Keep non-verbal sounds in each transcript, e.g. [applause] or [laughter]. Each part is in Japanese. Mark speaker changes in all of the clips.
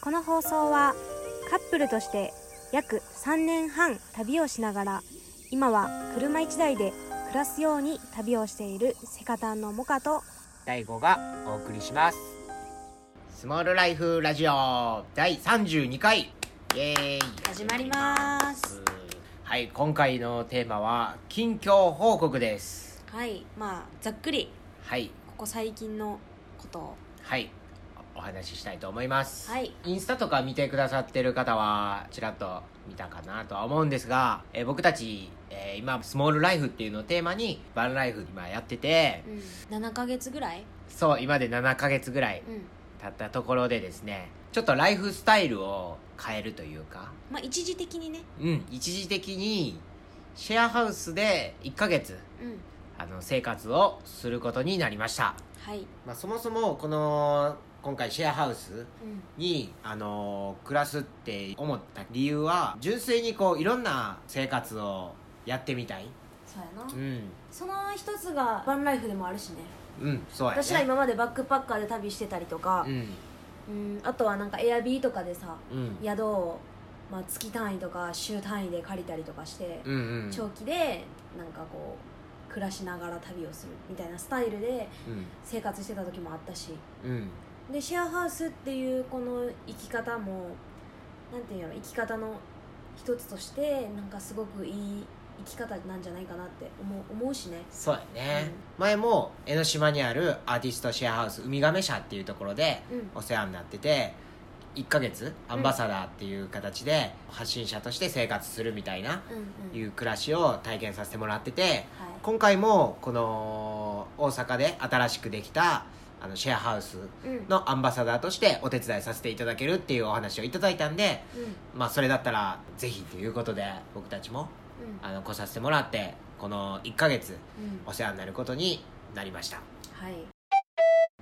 Speaker 1: この放送はカップルとして約3年半旅をしながら今は車1台で暮らすように旅をしているセカタンのモカと
Speaker 2: 第5がお送りしますスモールライフラジオ第32回イエーイ
Speaker 1: 始まります
Speaker 2: はい今回のテーマは近況報告です
Speaker 1: はいまあざっくり
Speaker 2: はい
Speaker 1: ここ最近のことを
Speaker 2: はいお話ししたいと思います、
Speaker 1: はい
Speaker 2: インスタとか見てくださってる方はちらっと見たかなとは思うんですが、えー僕たち、えー今スモールライフっていうのをテーマにバンライフ今やってて
Speaker 1: うん、7ヶ月ぐらい、
Speaker 2: そう今で7ヶ月ぐらい
Speaker 1: うん
Speaker 2: 経ったところでですねちょっとライフスタイルを変えるというか
Speaker 1: まあ、一時的にね、
Speaker 2: うん一時的にシェアハウスで1ヶ月
Speaker 1: うん、
Speaker 2: あの生活をすることになりました、
Speaker 1: はい、
Speaker 2: まあ、そもそもこの今回シェアハウス
Speaker 1: うん、
Speaker 2: に、あの暮らすって思った理由は純粋にこういろんな生活をやってみたい
Speaker 1: そうやな
Speaker 2: うん
Speaker 1: その一つがバンライフでもあるしね
Speaker 2: うんそうやね
Speaker 1: 私ら今までバックパッカーで旅してたりとか
Speaker 2: う、ん
Speaker 1: うん、あとはなんかエアビーとかでさ
Speaker 2: うん
Speaker 1: 宿を、まあ、月単位とか週単位で借りたりとかして、
Speaker 2: うんうん
Speaker 1: 長期でなんかこう暮らしながら旅をするみたいなスタイルで生活してた時もあったし
Speaker 2: うんうん
Speaker 1: でシェアハウスっていうこの生き方もなんていうの生き方の一つとしてなんかすごくいい生き方なんじゃないかなって思う思うしね
Speaker 2: そうやね、
Speaker 1: う
Speaker 2: 前も江ノ島にあるアーティストシェアハウスウミガメ社っていうところで
Speaker 1: うん
Speaker 2: お世話になってて1ヶ月アンバサダーっていう形で発信者として生活するみたいな、
Speaker 1: うんうん
Speaker 2: いう暮らしを体験させてもらってて
Speaker 1: はい
Speaker 2: 今回もこの大阪で新しくできたあのシェアハウス
Speaker 1: うんうん
Speaker 2: のアンバサダーとしてお手伝いさせていただけるっていうお話をいただいたんで、まあ、それだったらぜひということで僕たちも
Speaker 1: うん
Speaker 2: あの来させてもらってこの1ヶ月
Speaker 1: うん
Speaker 2: お世話になることになりました
Speaker 1: はい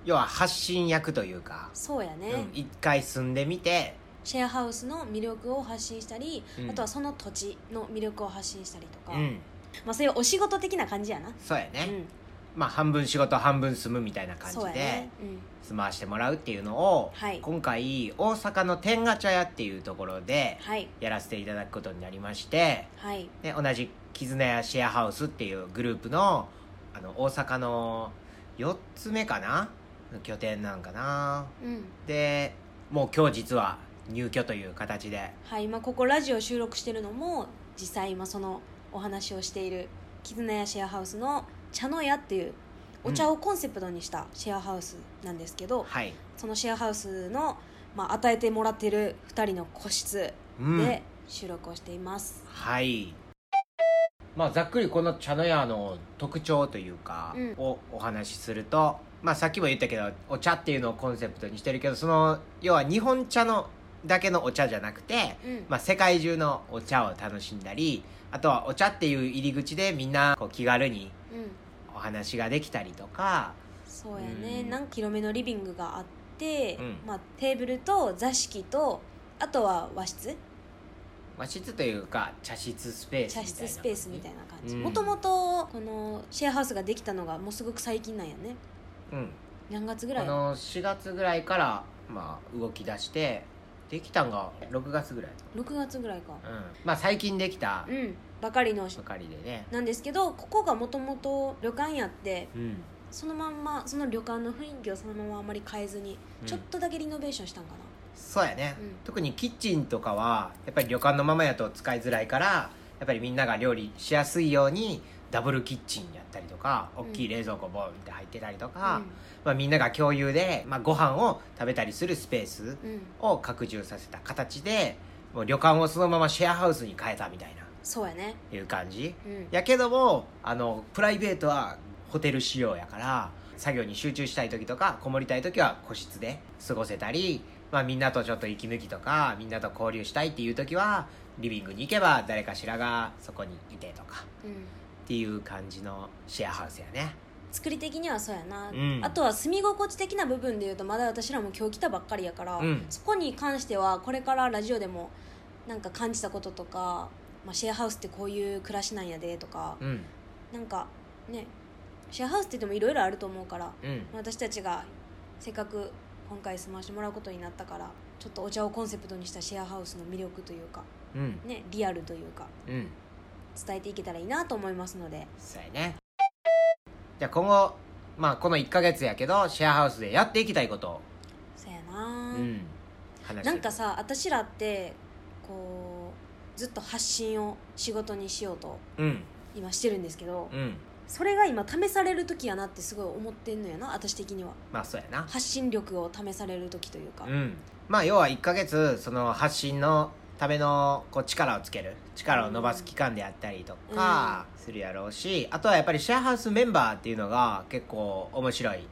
Speaker 2: 要は発信役というか、
Speaker 1: そうや
Speaker 2: う
Speaker 1: ね、
Speaker 2: ん、一回住んでみて
Speaker 1: シェアハウスの魅力を発信したり、
Speaker 2: うん
Speaker 1: あとはその土地の魅力を発信したりとか、
Speaker 2: うん
Speaker 1: まあ、そういうお仕事的な感じやな、
Speaker 2: そうや
Speaker 1: う
Speaker 2: ね、
Speaker 1: ん、
Speaker 2: まあ半分仕事半分住むみたいな感じ
Speaker 1: そうや
Speaker 2: で
Speaker 1: ね、うん、
Speaker 2: 住まわしてもらうっていうのを、
Speaker 1: はい
Speaker 2: 今回大阪の天ガ茶屋っていうところで
Speaker 1: はい
Speaker 2: やらせていただくことになりまして
Speaker 1: はい
Speaker 2: で同じ絆屋シェアハウスっていうグループのあの大阪の4つ目かなの拠点なんかな
Speaker 1: うん
Speaker 2: でもう今日実は入居という形で
Speaker 1: はい今ここラジオ収録してるのも実際今そのお話をしている絆屋シェアハウスの茶の屋っていうお茶をコンセプトにしたシェアハウスなんですけど、
Speaker 2: はい、
Speaker 1: そのシェアハウスの、まあ、与えてもらってる2人の個室
Speaker 2: うん、
Speaker 1: で収録をしています、
Speaker 2: はいまあざっくりこの茶の屋の特徴というか
Speaker 1: うん
Speaker 2: をお話しすると、まあさっきも言ったけどお茶っていうのをコンセプトにしてるけどその要は日本茶のだけのお茶じゃなくて、
Speaker 1: うん
Speaker 2: まあ、世界中のお茶を楽しんだりあとはお茶っていう入り口でみんなこう気軽に
Speaker 1: うん
Speaker 2: お話ができたりとか
Speaker 1: そうやね、
Speaker 2: うん
Speaker 1: なんか広めのリビングがあって、
Speaker 2: うん
Speaker 1: まあ、テーブルと座敷とあとは和室
Speaker 2: 和室というか茶室スペース
Speaker 1: 茶
Speaker 2: みたいな
Speaker 1: 室スペースみたいな感じ
Speaker 2: うん
Speaker 1: もともとこのシェアハウスができたのがもうすごく最近なんやね
Speaker 2: うん
Speaker 1: 何月ぐ
Speaker 2: こ
Speaker 1: らい
Speaker 2: の4月ぐらいから、まあ、動き出してできたんが6月ぐらい、
Speaker 1: 6月ぐらいか
Speaker 2: うんまあ、最近できた
Speaker 1: うんばかりの
Speaker 2: ばかりでね、
Speaker 1: なんですけどここがもともと旅館やって
Speaker 2: うん、
Speaker 1: そのまんまその旅館の雰囲気をそのままあまり変えずに、ちょっとだけリノベーションしたんか
Speaker 2: そうやね、
Speaker 1: うん
Speaker 2: 特にキッチンとかはやっぱり旅館のままやと使いづらいからやっぱりみんなが料理しやすいようにダブルキッチンやったりとか大きい冷蔵庫ボンって入ってたりと
Speaker 1: な
Speaker 2: か、まあ、みんなが共有で、まあ、ご飯を食べたりするスペース
Speaker 1: うん、うん、
Speaker 2: を拡充させた形でもう旅館をそのままシェアハウスに変えたみたいな
Speaker 1: そうやね
Speaker 2: いう感じ
Speaker 1: うん
Speaker 2: やけどもあのプライベートはホテル仕様やから作業に集中したい時とかこもりたい時は個室で過ごせたり、まあ、みんなとちょっと息抜きとかみんなと交流したいっていう時はリビングに行けば誰かしらがそこにいてとか
Speaker 1: うん
Speaker 2: っていう感じのシェアハウスやね
Speaker 1: 作り的にはそうやな、
Speaker 2: うん
Speaker 1: あとは住み心地的な部分でいうとまだ私らも今日来たばっかりやから、
Speaker 2: うん
Speaker 1: そこに関してはこれからラジオでもなんか感じたこととか、まあ、シェアハウスってこういう暮らしなんやでとか、
Speaker 2: うん
Speaker 1: なんかねシェアハウスって言ってもいろいろあると思うから
Speaker 2: うん
Speaker 1: 私たちがせっかく今回住まわしてもらうことになったからちょっとお茶をコンセプトにしたシェアハウスの魅力というか
Speaker 2: うん
Speaker 1: ねリアルというか
Speaker 2: うん
Speaker 1: 伝えていけたらいいなと思いますので
Speaker 2: そうやねじゃあ今後まあこの1ヶ月やけどシェアハウスでやっていきたいこと
Speaker 1: そや
Speaker 2: う
Speaker 1: な、
Speaker 2: ん話して
Speaker 1: なんかさ私らってこうずっと発信を仕事にしようと
Speaker 2: うん
Speaker 1: 今してるんですけど
Speaker 2: うん
Speaker 1: それが今試される時やなってすごい思ってんのやな私的には
Speaker 2: まあそうやな
Speaker 1: 発信力を試される時というか、
Speaker 2: うんまあ要は1ヶ月その発信のためのこう力をつける力を伸ばす期間であったりとかするやろうし、あとはやっぱりシェアハウスメンバーっていうのが結構面白い
Speaker 1: うん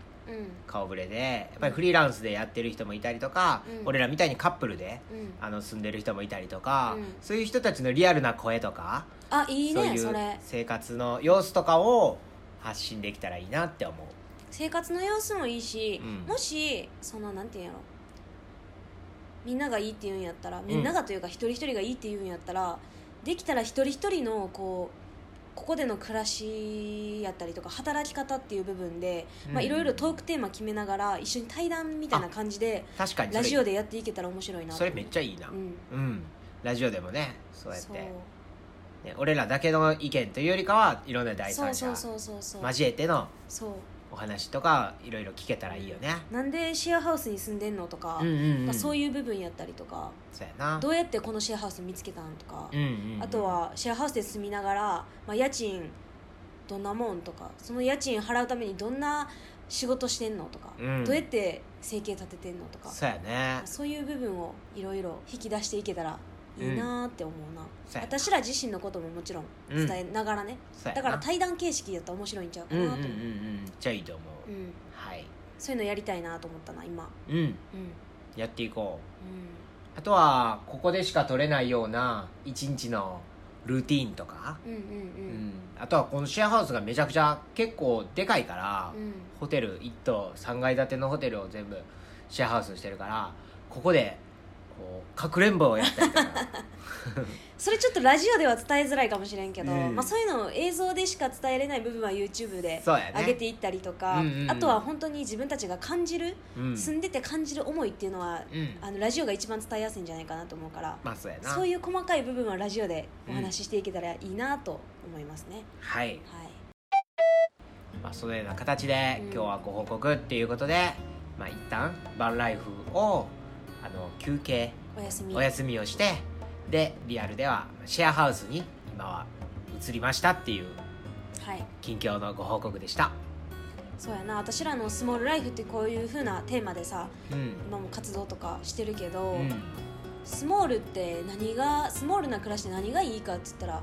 Speaker 2: 顔ぶれでやっぱりフリーランスでやってる人もいたりとか、
Speaker 1: うん
Speaker 2: 俺らみたいにカップルで
Speaker 1: うん、
Speaker 2: あの住んでる人もいたりとか、
Speaker 1: うん
Speaker 2: そういう人たちのリアルな声とか
Speaker 1: あいいね
Speaker 2: そ
Speaker 1: そう
Speaker 2: いう
Speaker 1: れ
Speaker 2: 生活の様子とかを発信できたらいいなって思う
Speaker 1: 生活の様子もいいし、
Speaker 2: うん
Speaker 1: もしそのなんていうんやろみんながいいって言うんやったらみんながというか一人一人がいいって言うんやったら、できたら一人一人のこうここでの暮らしやったりとか働き方っていう部分で、まあ
Speaker 2: うん
Speaker 1: いろいろトークテーマ決めながら一緒に対談みたいな感じで
Speaker 2: 確かにそれ
Speaker 1: ラジオでやっていけたら面白いな
Speaker 2: それめっちゃいいな
Speaker 1: うん
Speaker 2: うん、ラジオでもねそうやって
Speaker 1: そう
Speaker 2: ね、俺らだけの意見というよりかはいろんな第
Speaker 1: そう
Speaker 2: 三者
Speaker 1: そうそうそうそう
Speaker 2: 交えての
Speaker 1: そ
Speaker 2: お話とかいろいろ聞けたらいいよね、
Speaker 1: うなんでシェアハウスに住んでんのとか,、
Speaker 2: うんうんうん、
Speaker 1: そう
Speaker 2: う
Speaker 1: いう部分やったりとか
Speaker 2: そうやな
Speaker 1: どうやってこのシェアハウス見つけたんとか、
Speaker 2: うんうんうん
Speaker 1: あとはシェアハウスで住みながら、まあ、家賃どんなもんとかその家賃払うためにどんな仕事してんのとか、
Speaker 2: うん
Speaker 1: どうやって生計立ててんのとか
Speaker 2: そうやね
Speaker 1: そういう部分をいろいろ引き出していけたらいいなーって思うな、
Speaker 2: そうやな
Speaker 1: 私ら自身のことももちろん伝えながらね、
Speaker 2: そうや
Speaker 1: だ
Speaker 2: な
Speaker 1: から対談形式やったら面白いんちゃうか
Speaker 2: うん
Speaker 1: な
Speaker 2: うん
Speaker 1: と
Speaker 2: うんう
Speaker 1: 思う、
Speaker 2: んじゃあいいと思う、
Speaker 1: うん
Speaker 2: はい
Speaker 1: そういうのやりたいなと思ったな今
Speaker 2: うん
Speaker 1: うんうん
Speaker 2: やっていこうあとはここでしか取れないような一日のルーティーンとか、
Speaker 1: うんうん
Speaker 2: う
Speaker 1: うん
Speaker 2: ん、あとはこのシェアハウスがめちゃくちゃ結構でかいから、
Speaker 1: うん
Speaker 2: ホテル1棟3階建てのホテルを全部シェアハウスにしてるからここでこうかくれんぼをやっ
Speaker 1: [laughs]
Speaker 2: たりとか
Speaker 1: それちょっとラジオでは伝えづらいかもしれんけど、
Speaker 2: うん
Speaker 1: まあ、そういうのを映像でしか伝えれない部分は YouTube で
Speaker 2: そうやね
Speaker 1: 上げていったりとか、
Speaker 2: うんうんうん
Speaker 1: あとは本当に自分たちが感じる、
Speaker 2: うん、
Speaker 1: 住んでて感じる思いっていうのは
Speaker 2: うん、
Speaker 1: あのラジオが一番伝えやすいんじゃないかなと思うから、
Speaker 2: まあそうやな
Speaker 1: そういう細かい部分はラジオでお話ししていけたらいいなと思いますね、
Speaker 2: はい、
Speaker 1: はい
Speaker 2: まあ、そのような形で
Speaker 1: うん
Speaker 2: 今日はご報告っていうことで、まあ一旦バンライフをあの休憩
Speaker 1: おやすみ
Speaker 2: お休みをしてでリアルではシェアハウスに今は移りましたっていう
Speaker 1: はい
Speaker 2: 近況のご報告でした、
Speaker 1: そうやな私らのスモールライフってこういう風なテーマでさ
Speaker 2: うん
Speaker 1: 今も活動とかしてるけど、
Speaker 2: うん、
Speaker 1: スモールって何がスモールな暮らしで何がいいかっつったら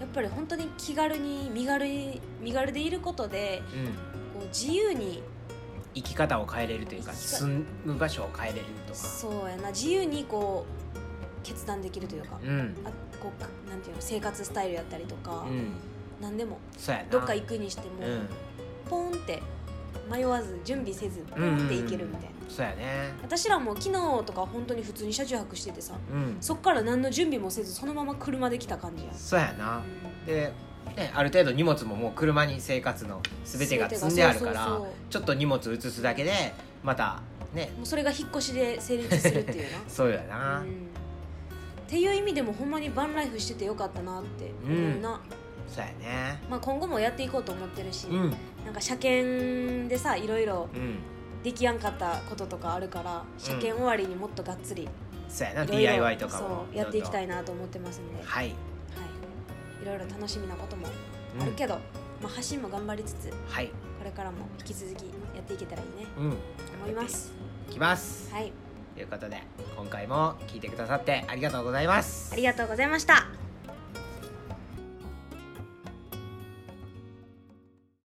Speaker 1: やっぱり本当に気軽に身軽に身軽でいることで
Speaker 2: うん、
Speaker 1: こう自由に
Speaker 2: 生き方を変えれるというか
Speaker 1: 生き方
Speaker 2: 住む場所を変えれるとか
Speaker 1: そうやな自由にこう決断できるというか、
Speaker 2: うん
Speaker 1: あこうかなんていうの生活スタイルやったりとか、
Speaker 2: うん
Speaker 1: 何でも
Speaker 2: そうやな
Speaker 1: どっか行くにしても、
Speaker 2: うん
Speaker 1: ポンって迷わず準備せずポンって行けるみたいな、
Speaker 2: うんうんうんそうやね
Speaker 1: 私らも昨日とか本当に普通に車中泊しててさ
Speaker 2: うん
Speaker 1: そっから何の準備もせずそのまま車で来た感じや、
Speaker 2: そうやなで、ね、ある程度荷物ももう車に生活の全てが積んであるから
Speaker 1: そうそうそう
Speaker 2: ちょっと荷物移すだけでまたね
Speaker 1: もうそれが引っ越しで成立するっていう
Speaker 2: そうや
Speaker 1: な、
Speaker 2: な、
Speaker 1: うん、っていう意味でもほんまにバンライフしててよかったなって思うな、
Speaker 2: そうやね
Speaker 1: まあ、今後もやっていこうと思ってるし、
Speaker 2: うん
Speaker 1: なんか車検でさいろいろ
Speaker 2: うん
Speaker 1: できやんかったこととかあるから車検終わりにもっとがっ
Speaker 2: [laughs]
Speaker 1: つり、
Speaker 2: そうやな
Speaker 1: 色々
Speaker 2: DIY とかも
Speaker 1: そうやっていきた
Speaker 2: い
Speaker 1: いなと思ってますんで、はい、
Speaker 2: はい、
Speaker 1: いろいろ楽しみなことも
Speaker 2: うん
Speaker 1: あるけど、まあ、発信も頑張りつつこ
Speaker 2: はい
Speaker 1: れからも引き続きやっていけたらいいね
Speaker 2: うん
Speaker 1: 思います
Speaker 2: いきます、
Speaker 1: はい
Speaker 2: ということで今回も聞いてくださってありがとうございます
Speaker 1: ありがとうございました